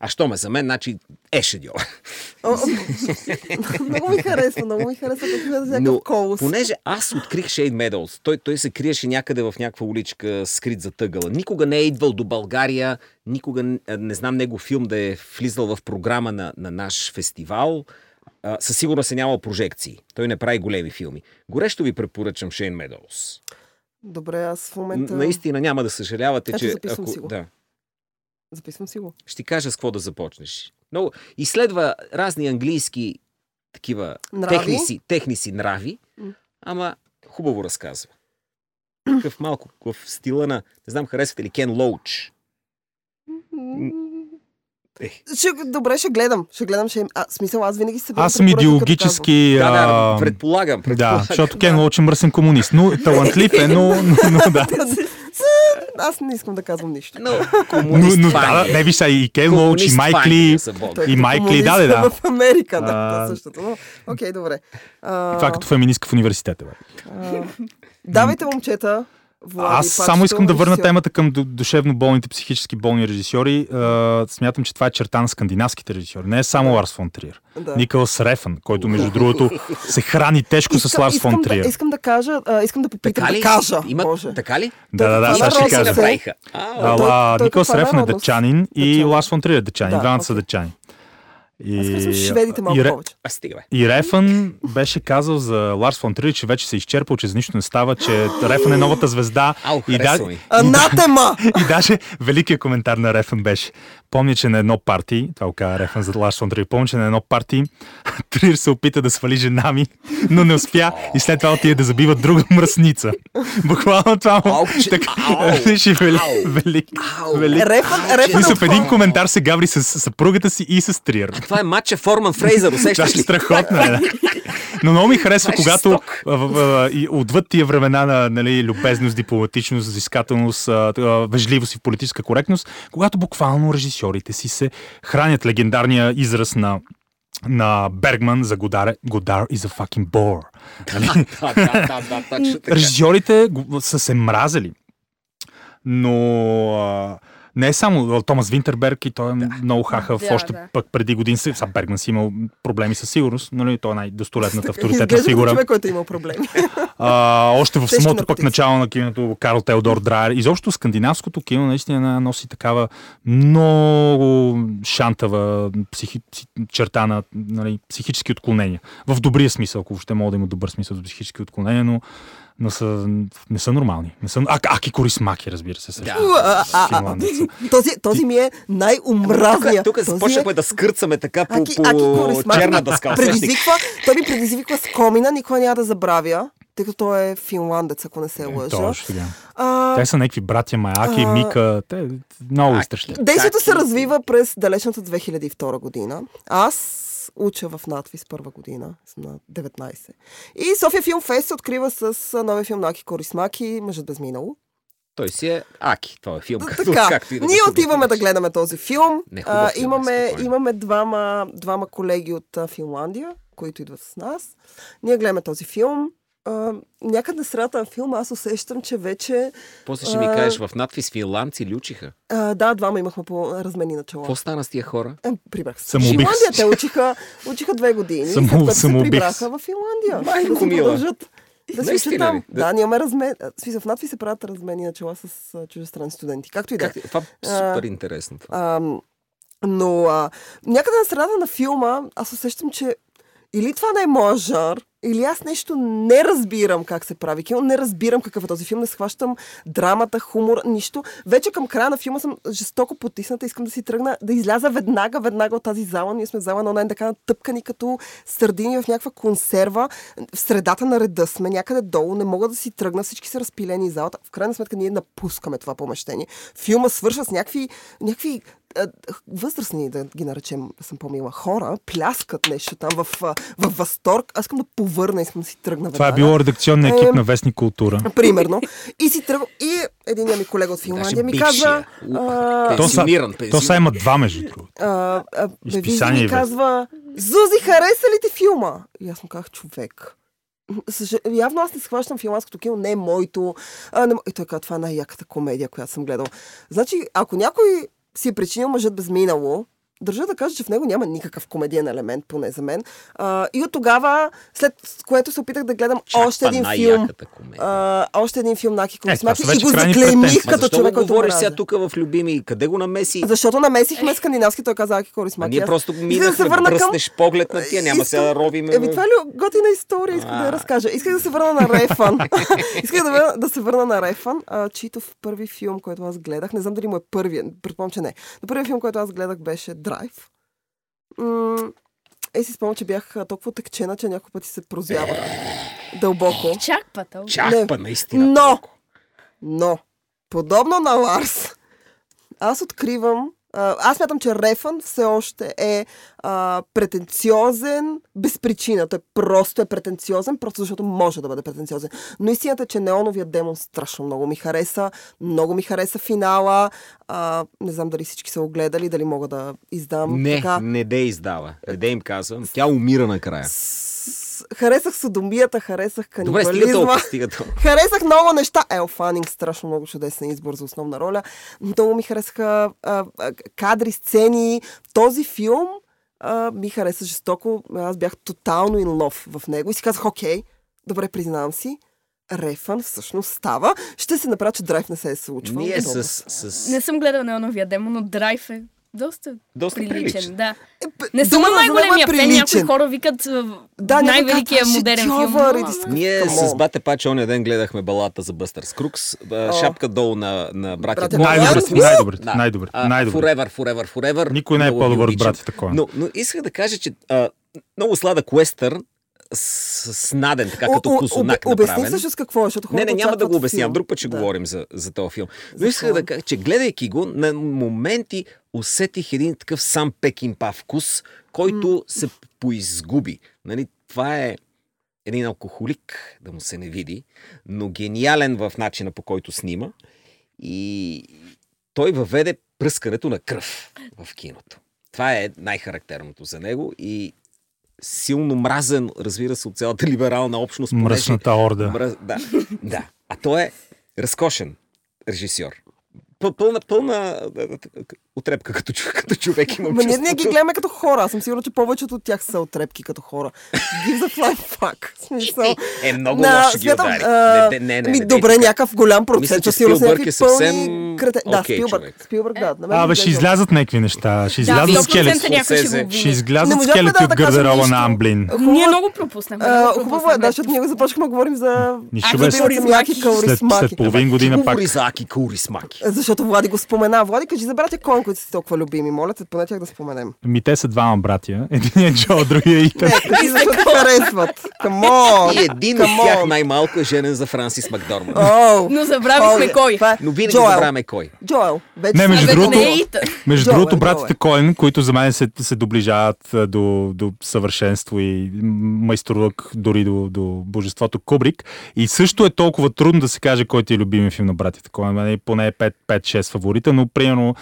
А що ме за мен, значи е шедьовър. О, *laughs* много ми харесва, много ми харесва като гледа някакъв Но, колос. Понеже аз открих Шейн Медалс, той, той се криеше някъде в някаква уличка, скрит за тъгъла. Никога не е идвал до България, никога н- а, не знам него филм да е влизал в програма на, на наш фестивал. А, със сигурност е нямал прожекции. Той не прави големи филми. Горещо ви препоръчам Шейн Медалс. Добре, аз в момента... Наистина няма да съжалявате, Ето, че... записвам си го. да, Записвам си го. ще ти кажа с какво да започнеш. Много... Изследва разни английски такива Нрави. техници, техници нрави, М. ама хубаво разказва. Такъв малко в стила на, не знам, харесвате ли Кен Лоуч? Е, Ще, добре, ще гледам. Ще гледам, ще... им- А, смисъл, аз винаги се Аз съм идеологически... да, да, ам, предполагам. предполагам. Да, защото Кен Лоч е мръсен комунист. Но талантлив е, но, но, но *laughs* да. Аз не искам да казвам нищо. Но, Но, комунист но в да, Англия. не виж сега и Кен Лоч, Комунист и в Майкли. Англия са Бог. Той И като Майкли, комунист да, да, да. В Америка, да, А, да същото. Но, окей, добре. А, Това е като феминистка в университета. Бе. а, давайте, момчета. Влади, Аз Пачето, само искам да върна режисьор. темата към ду- душевно болните, психически болни режисьори. А, смятам, че това е черта на скандинавските режисьори. Не е само Ларс фон Триер. Да. Никълас Рефън, който *laughs* между другото се храни тежко с Ларс искам, фон да, Триер. искам да кажа, а, искам да попитам, Така ли? да кажа. Имат- Може. Така ли? Да, да, да, Това сега ще народно Народно се кажа. се- направиха. А, Да, той- Ала, той Николас каква Рефън е народност? дачанин и Датчанин. Ларс фон Триер е датчанин. Да, Двамата са окей. дачани. И... Аз мисля, шведите малко и Ре- повече. а, стига, бе. И Рефън беше казал за Ларс фон Триер, че вече се е изчерпал, че за нищо не става, че Рефън е новата звезда. Ау, и, харесва да, *laughs* ми. Анатема! и даже великият коментар на Рефън беше. Помня, че на едно парти, това го каза Рефън за Ларс фон Триер, помня, че на едно парти *laughs* Триер се опита да свали жена ми, но не успя и след това отиде да забива друга мръсница. *laughs* Буквално това му... Ау, че- така, ау, *laughs* беше вели, ау, велик, Е, ау. Е, велик, Рефън, рефън Мисля, от в един коментар се гаври с съпругата си и с Триер. Това е матча Форман Фрейзър, Да, усещаш ли? страхотно е. да. Но много ми харесва, Това е когато жесток. а, в- а, и отвъд тия времена на нали, любезност, дипломатичност, взискателност, а, а, вежливост и политическа коректност, когато буквално режисьорите си се хранят легендарния израз на на Бергман за Годар, Годар is a fucking bore. Нали? *laughs* Да, да, да, да, точно така. Е, Режисьорите го- са се мразели. Но а, не е само Томас Винтерберг и той е много хахав Да, още да. пък преди години. Сега Бергман си имал проблеми със сигурност, нали? Той е най-достолетната авторитетна Изглежда като фигура. човек, който е имал *laughs* проблеми. А, още в Тежки самото пък наркотици. начало на киното Карл Теодор Драйер. Изобщо скандинавското кино наистина носи такава много шантава психи, пси- черта на нали, психически отклонения. В добрия смисъл, ако въобще мога да има добър смисъл за психически отклонения, но, но са, не са нормални. Не са, а, аки корис маки, разбира се. също. Да. А, а, а. Финландеца. Този, този ми е Тук, най-умразния. тук Този е започнахме да скърцаме така по, Аки, аки по Корисмак. черна дъска. усещаш ли? Предизвиква, той ми предизвиква скомина, никога няма да забравя, тъй като той е финландец, ако не се лъжа. Точно така. А, е Те са някакви братя Маяки, А, Мика. Те много Аки. изтъщи. Действието се Аки. развива през далечната 2002 година. Аз уча в надвис първа година, съм на 19. И София Филм Фест се открива с а, новия филм на Аки Корисмаки, Мъжът без минало. Той си е Аки, това е филм. Да, Като, така. както и да го Ние отиваме да приготвиш. гледаме този филм. Не, хубав а, филм е, имаме, спокойно. имаме двама, двама колеги от а, Финландия, които идват с нас. Ние гледаме този филм. А, някъде на средата на филма аз усещам, че вече... После ще ми А. кажеш, в надпис финландци лючиха. А, да, двама имахме по размени начала. Какво стана с тия хора? Е, прибрах се. В Самоубих Финландия се. те учиха, учиха две години. Само- след което се самоубих се. прибраха в Финландия. Майко да се мила. продължат. Да си Наистина ли? учат там. Да. Да, ние имаме размен... а, в смисъл, в надви се правят размени начала с а, чужестранни студенти. Както и да е. Как, ти- това е супер интересно. Това. Ам, но а, някъде на средата на филма аз усещам, че или това не е моят жанр, или аз нещо не разбирам как се прави кино, не разбирам какъв е този филм, не схващам драмата, хумор, нищо. Вече към края на филма съм жестоко потисната, искам да си тръгна, да изляза веднага, веднага от тази зала. Ние сме в зала на онлайн, така натъпкани като сърдини в някаква консерва. В средата на реда сме, някъде долу, не мога да си тръгна, всички са разпилени из залата. В крайна сметка ние напускаме това помещение. Филма свършва с някакви, някакви а, възрастни, да ги наречем, съм по-мила, хора, пляскат нещо там в, в, в възторг. Аз искам да повърна, искам да Е, си тръгна Това е веднага. било редакционния екип Ем, на Вестник Култура. Примерно. И си тръгвам. И един ми колега от Финландия ми каза... а, То То са, пенсиониран, то са пенсиониран. има два, между другото. а, а, Бевиза Изписание и ми вест. казва, Зузи, хареса ли ти филма? И аз му казах, човек. съж- Явно аз не схващам финландското кино, не е моето. А, не... м- И той каза, това е най-яката комедия, която съм гледал. Значи, ако някой си е причинил мъжът без минало, държа да кажа, че в него няма никакъв комедиен елемент, поне за мен. А, и от тогава, след което се опитах да гледам Чак още па един филм. най-яката комедия. А, още един филм на Аки Колесмаки Е, това са и го вече крайни заклеймих претенции. Ма като защо човек, го който говориш мразя. сега тук в любими? Къде го намеси? Защото намесихме скандинавски, той каза Аки А Корисмаки. ние просто минахме, да бръснеш поглед на тия, няма сега да ровим. Еми, това е ли готина история, искам да я разкажа. Исках да се върна на *laughs* Рефан. исках да, върна- да се върна на Рефан, а, чийто в първи филм, който аз гледах, не знам дали му е първия, предполагам, че не. Но първият филм, който аз гледах беше Драйв. М- е, си спомням, че бях а, толкова тъкчена, че няколко пъти се прозявах. Е. Дълбоко. Чак пътъл. Чак па, Не. наистина. Но! толкова. Но, подобно на Ларс, аз откривам А, Аз мятам, че Рефан все още е а, претенциозен без причина. Той просто е претенциозен, просто защото може да бъде претенциозен. Но истината е, че Неоновия демон страшно много ми хареса. Много ми хареса финала. А, не знам дали всички са го гледали, дали мога да издам. Не, така. не де издава. Не де им казвам. Тя умира накрая. С- Харесах содомията, харесах Добре, стига канибализма. толкова, стига *laughs* толкова. Харесах много неща. Ел Фанинг, страшно много чудесен избор за основна роля. Много ми харесаха а, а, кадри, сцени. Този филм а, ми хареса жестоко. Аз бях тотално in love в него и си казах, окей, добре, признавам си, Рефан всъщност става. Ще се направя, че драйв не се е случвал. Ние Добре. с, с, Не съм гледал на новия демон, но драйв е доста, Доста приличен. Да. Е, п- Не съм дума за дума е най-големия фен, някои приличен. хора викат а, Да, някой най-великия казва, модерен филм. шедьовър но- и диска. Ние Камон. с Бате Паче ония ден гледахме балата за Бъстър Скрукс. а, О. Шапка долу на, на братя Братя Коен. Коен. Най-добрите, Ууу! най-добрите, Да. най-добрите, А, най-добрите. Forever, forever, forever. Никой не е Много ви по-добър от обичам. братята Коен. Но, но исках да кажа, че а, много сладък уестърн, с, с наден, така О, като о, вкусонак обе- Обясни направен. всъщност какво е, защото Не, хората не, няма да очакват го обяснявам. филм. Друг път ще Да. говорим за, за този филм. Но За исках да филм. кажа, че гледайки го, на моменти усетих един такъв сам пекинпа вкус, който се поизгуби. Нали, това е един алкохолик, да му се не види, но гениален в начина по който снима. И той въведе пръскането на кръв в киното. Това е най-характерното за него и силно мразен, разбира се, от цялата либерална общност. понеже- Мръсната орда. Мръз... Да. да. А той е разкошен режисьор. Пъл- Пълна, пълна а, а, отрепка като, чу- като човек имам Ма ние, ние чувството. ги гледаме като хора. Аз съм сигурна, че повечето от тях са отрепки като хора. Give the fly fuck. В Смисъл. Е, много На, лошо ги смятам, удари. а, не, не, не, не, ми, не, добре, не, някакъв голям Мисля, процент. че със сигурност Спилбърг някакви е съвсем крете- Да, окей Спилбърг. човек. Спилбърг, Е, да. на мен ми Абе, ще изглежда. излязат някакви неща. Ще Да, излязат 100% скелети. някой ще Скорсезе. го Ще вини. Не излязат можахме скелети да- от да кажем гардероба нищо. на Амблин. Хубаво- Ние много пропуснахме. а, много Хубаво е, пропуснахме. да, защото ние започнахме да говорим за... Нищо Ах, без. добре, Калорисмаки, След, след калорисмаки. половин година пак. Говори за Аки Каурисмаки. Защото Влади го спомена. Влади, кажи за братя Коен, които си толкова любими. Моля те, поне тях да споменем. Ми те са двама братия. Единият е Джо, другия е Итан. И защо те харесват? Камон! И един от тях най-малко е женен за Франсис Макдорман. Оу! Но забравихме Оу, кой. това е Но винаги Джоел. забравяме кой. Джоел. Вече Не, сме между Абе, другото- не е Итан. Между Долу е, другото, долу братите е. Коен, които за мен се, се доближават а, до, до съвършенство и майсторлък, дори до, до божеството Кубрик. И също е толкова трудно да се каже кой ти е любимия филм на братите Коен. Мене Поне е 5 5-6 фаворита, но примерно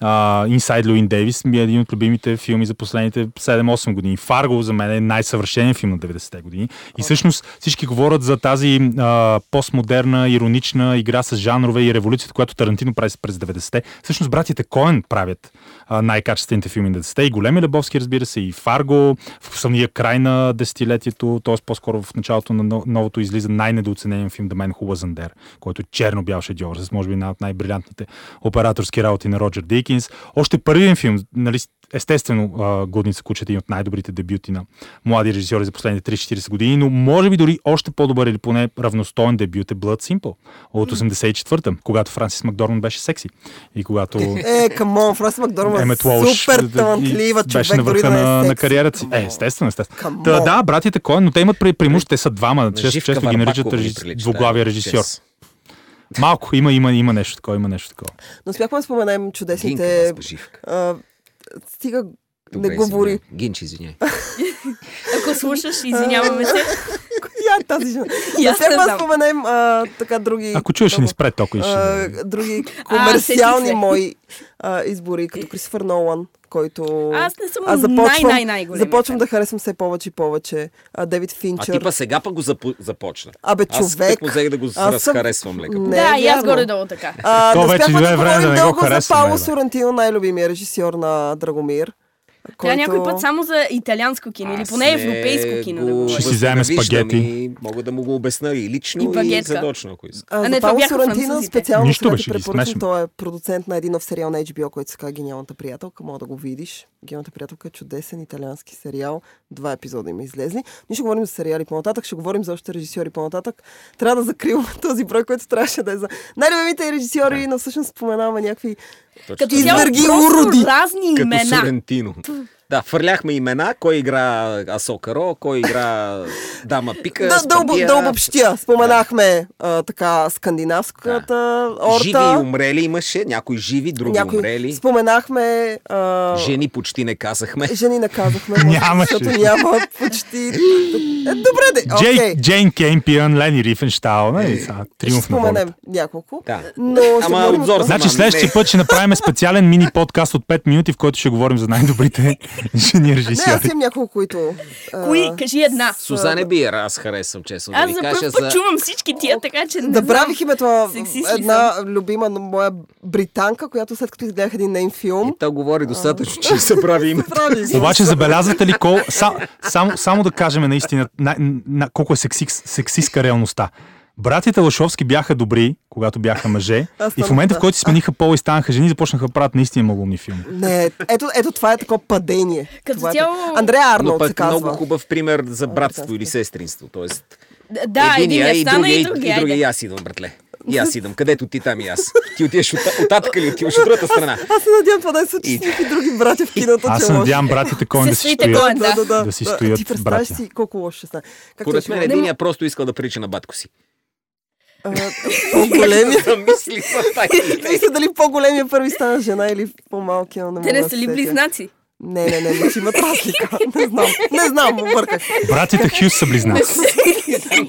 а, Inside Луин Дейвис ми е един от любимите филми за последните 7-8 години. Фарго за мен е най-съвършен филм на 90-те години. И всъщност всички говорят за тази а, постмодерна, иронична игра с жанрове и революцията, която Тарантино прави през 90-те. Всъщност братите Коен правят а, най-качествените филми на 90-те. И Големи Лебовски, разбира се, и Фарго в самия край на десетилетието, т.е. по-скоро в началото на но- новото излиза най-недооценен филм The Man Who Was Under, който е черно-бял шедьовър, с може би една от най-брилянтните операторски работи на Роджер Дейкинс. Още първият филм, нали, естествено, а, Годница кучета е един от най-добрите дебюти на млади режисьори за последните 3-40 години, но може би дори още по-добър или поне равностоен дебют е Blood Simple от 84-та, когато Франсис Макдорман беше секси и когато Е, камон, Франс Макдорман е Емет Уолш супер да- да- талантлива и човек, Беше на дори върха да на, е на секси. кариерата си. Е, Камон. естествено, естествено. Камон. Та, да, братите Коен, но те имат пре- преимущество. Те са двама. Често, Жив често ги наричат Каварпаков ми режис... нали, прилича, двуглавия да, режисьор. чест. Малко, има, има, има нещо такова, има нещо такова. Но успяхме да споменем Гинка, чудесните... аз поживка. А, стига Добре, не говори. *laughs* извинявай. Гинче, извиняй. Ако слушаш, извиняваме се. Коя е тази *laughs* жена? И аз не Успяхме да знам. споменем а, така други... Ако чуеш, ще ни много, спре тока и ще... а, *laughs* други комерциални се. Е. мои а, избори, като Кристофър Нолан, който... Аз не съм Аз започвам- най-най-най-големия. Започвам фен. да харесвам все повече и повече. А, David А Финчер. типа сега пък го запо- започна. Абе, Аз човек. тък му взех да го съм- разхаресвам лека. по Не. Да, е и аз вярно. горе-долу така. А, То да вече успяхме дойде да време говорим да не го дълго за харесваме, бе. Пауло Сорантино, най-любимия режисьор на Драгомир. Трябва някой път който- само за италианско кино или Аз поне не европейско кино го да говорим. Ще си вземе възненавиждам спагети. и Мога да му го обясна и И лично, и, багетка. задочно, ако иска. А, А, за не, това Пауло бяха Сорантино французите. специално Нищо сега беше, ти ги препоръчвам. смесим. Той е продуцент на един нов сериал на HBO, който се казва Гениалната приятелка. Мога да го видиш. Гениалната приятелка е чудесен италиански сериал. Два епизода им излезли. Ние ще говорим за сериали по-нататък, ще говорим за още режисьори по-нататък. Трябва да закриваме *laughs* този брой, който трябваше да е за най-любимите режисьори, но всъщност споменаваме някакви Точно Като така. Извърги цяло е просто уроди. разни Като имена. Сорентино. Да, фърляхме имена, кой игра Асокаро, кой игра Дама Пика, Да, да, об, Спандия, да обобщя. Споменахме а, така скандинавската орта. Живи и умрели имаше, някои живи, други Някои- умрели. Споменахме... А... Жени почти не казахме. Е, Жени наказахме, може би, *laughs* Нямаше. защото няма почти... Е, добре, де, окей. Джейк, Джейн Кемпион, Лени Рифенштал, нали? сега, Ще Триумф на волята. споменем няколко. Да. Но ще Ама говорим обзор за- за- Значи Ама не. следващия път ще направим специален мини подкаст от 5 минути, в който ще говорим за най-добрите *laughs* жени Не, аз режисьори. имам няколко, които... а, Кои? Кажи една. Сузане Биер, аз харесвам, честно. да Аз ви за Нали, кажа, първ път чувам всички тия, така че не Да знам. правих името на Сексист ли една любима на моя британка, която след като изгледах един нейн И филм, то говори достатъчно, че се *laughs* прави име. прави изобщо. Обаче забелязвате ли кол... Са, само, само да кажем наистина на, на, колко е секси, сексистка реалността. Братята Лашовски бяха добри, когато бяха мъже. Аз И в съм момента, в да. който си смениха пола и станаха жени, започнаха да правят наистина малумни филми. Не, ето, ето това е такова падение. Като това е цяло- так- Андрея Но Арнолд се пък много казва. хубав пример за Ами, братство прекрасно. или сестринство. Тоест, Д- Да, един единия я и стана другия, и и, и другия. другия, и айде. аз идвам, братле. И аз идвам, където ти там и ами аз. Ти отиваш от, от татъка ли, отиваш от другата страна. Аз се надявам това да е съчетни и други братя в киното. Аз че се лошо. надявам братите Коен да си Сестрите стоят. Коен. Да, да си стоят Ти представяш братя. си колко лошо ще стане. Както е Поред и мен да било. единия просто искал да прилича на батко си. А, *laughs* По-големия. Замисли за тази идея. Мисля дали по-големия първи стана жена или по-малкия. но не Те мога не да са се ли сетя. близнаци? Не, не, не, не, че имат разлика. *laughs* Не знам, не знам, обърках. Братите Хюс са близнаци.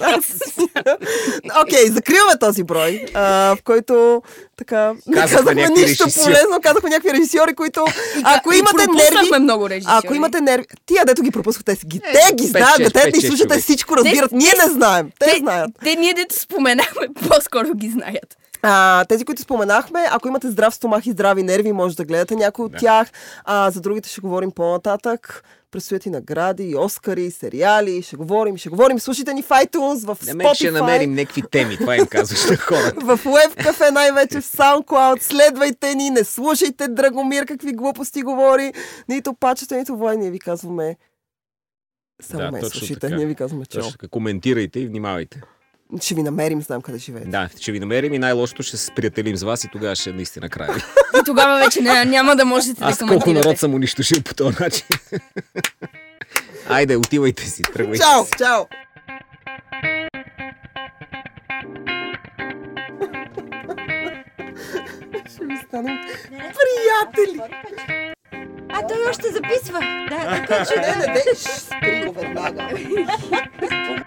*laughs* Окей, закриваме този брой, а, в който така не Казахме казахме някакви нищо режисьори. полезно, казахме някакви режисьори, които ако И имате пропуснахме нерви, много режисьори. Е, ако имате нерви, тия дето ги пропускате, ги, те ги пет, знаят, шест, дете пет, ни шест слушате, човека. всичко разбират, Те- ние те- не знаем, те знаят. Те, ние дето споменахме, *laughs* по-скоро ги знаят. А, тези, които споменахме, ако имате здрав стомах и здрави нерви, може да гледате някой от тях. А, за другите ще говорим по-нататък. Предстоят и награди, и Оскари, и сериали, ще говорим, ще говорим. Слушайте ни в iTunes, в Не мен Spotify, ще намерим някакви теми, това им казваш на хората. в Web Cafe, най-вече в SoundCloud. Следвайте ни, не слушайте Драгомир какви глупости говори. Нито пачето, нито вой, ние ви казваме. Само Да, ме точно слушайте, така. ние ви казваме чао. Точно така, Коментирайте и внимавайте. Ще ви намерим, знам къде живеете. Да, ще ви намерим и най-лошото ще се сприятелим с вас и тогава ще е наистина край. И тогава вече не, няма да можете да Аз колко коментирате. народ съм унищожил по този начин. *laughs* Айде, отивайте си, тръгвайте Чао, си. чао! *laughs* Ще ми станем приятели! А той още записва. Да, така че... Не, не, не, шш, спри го веднага.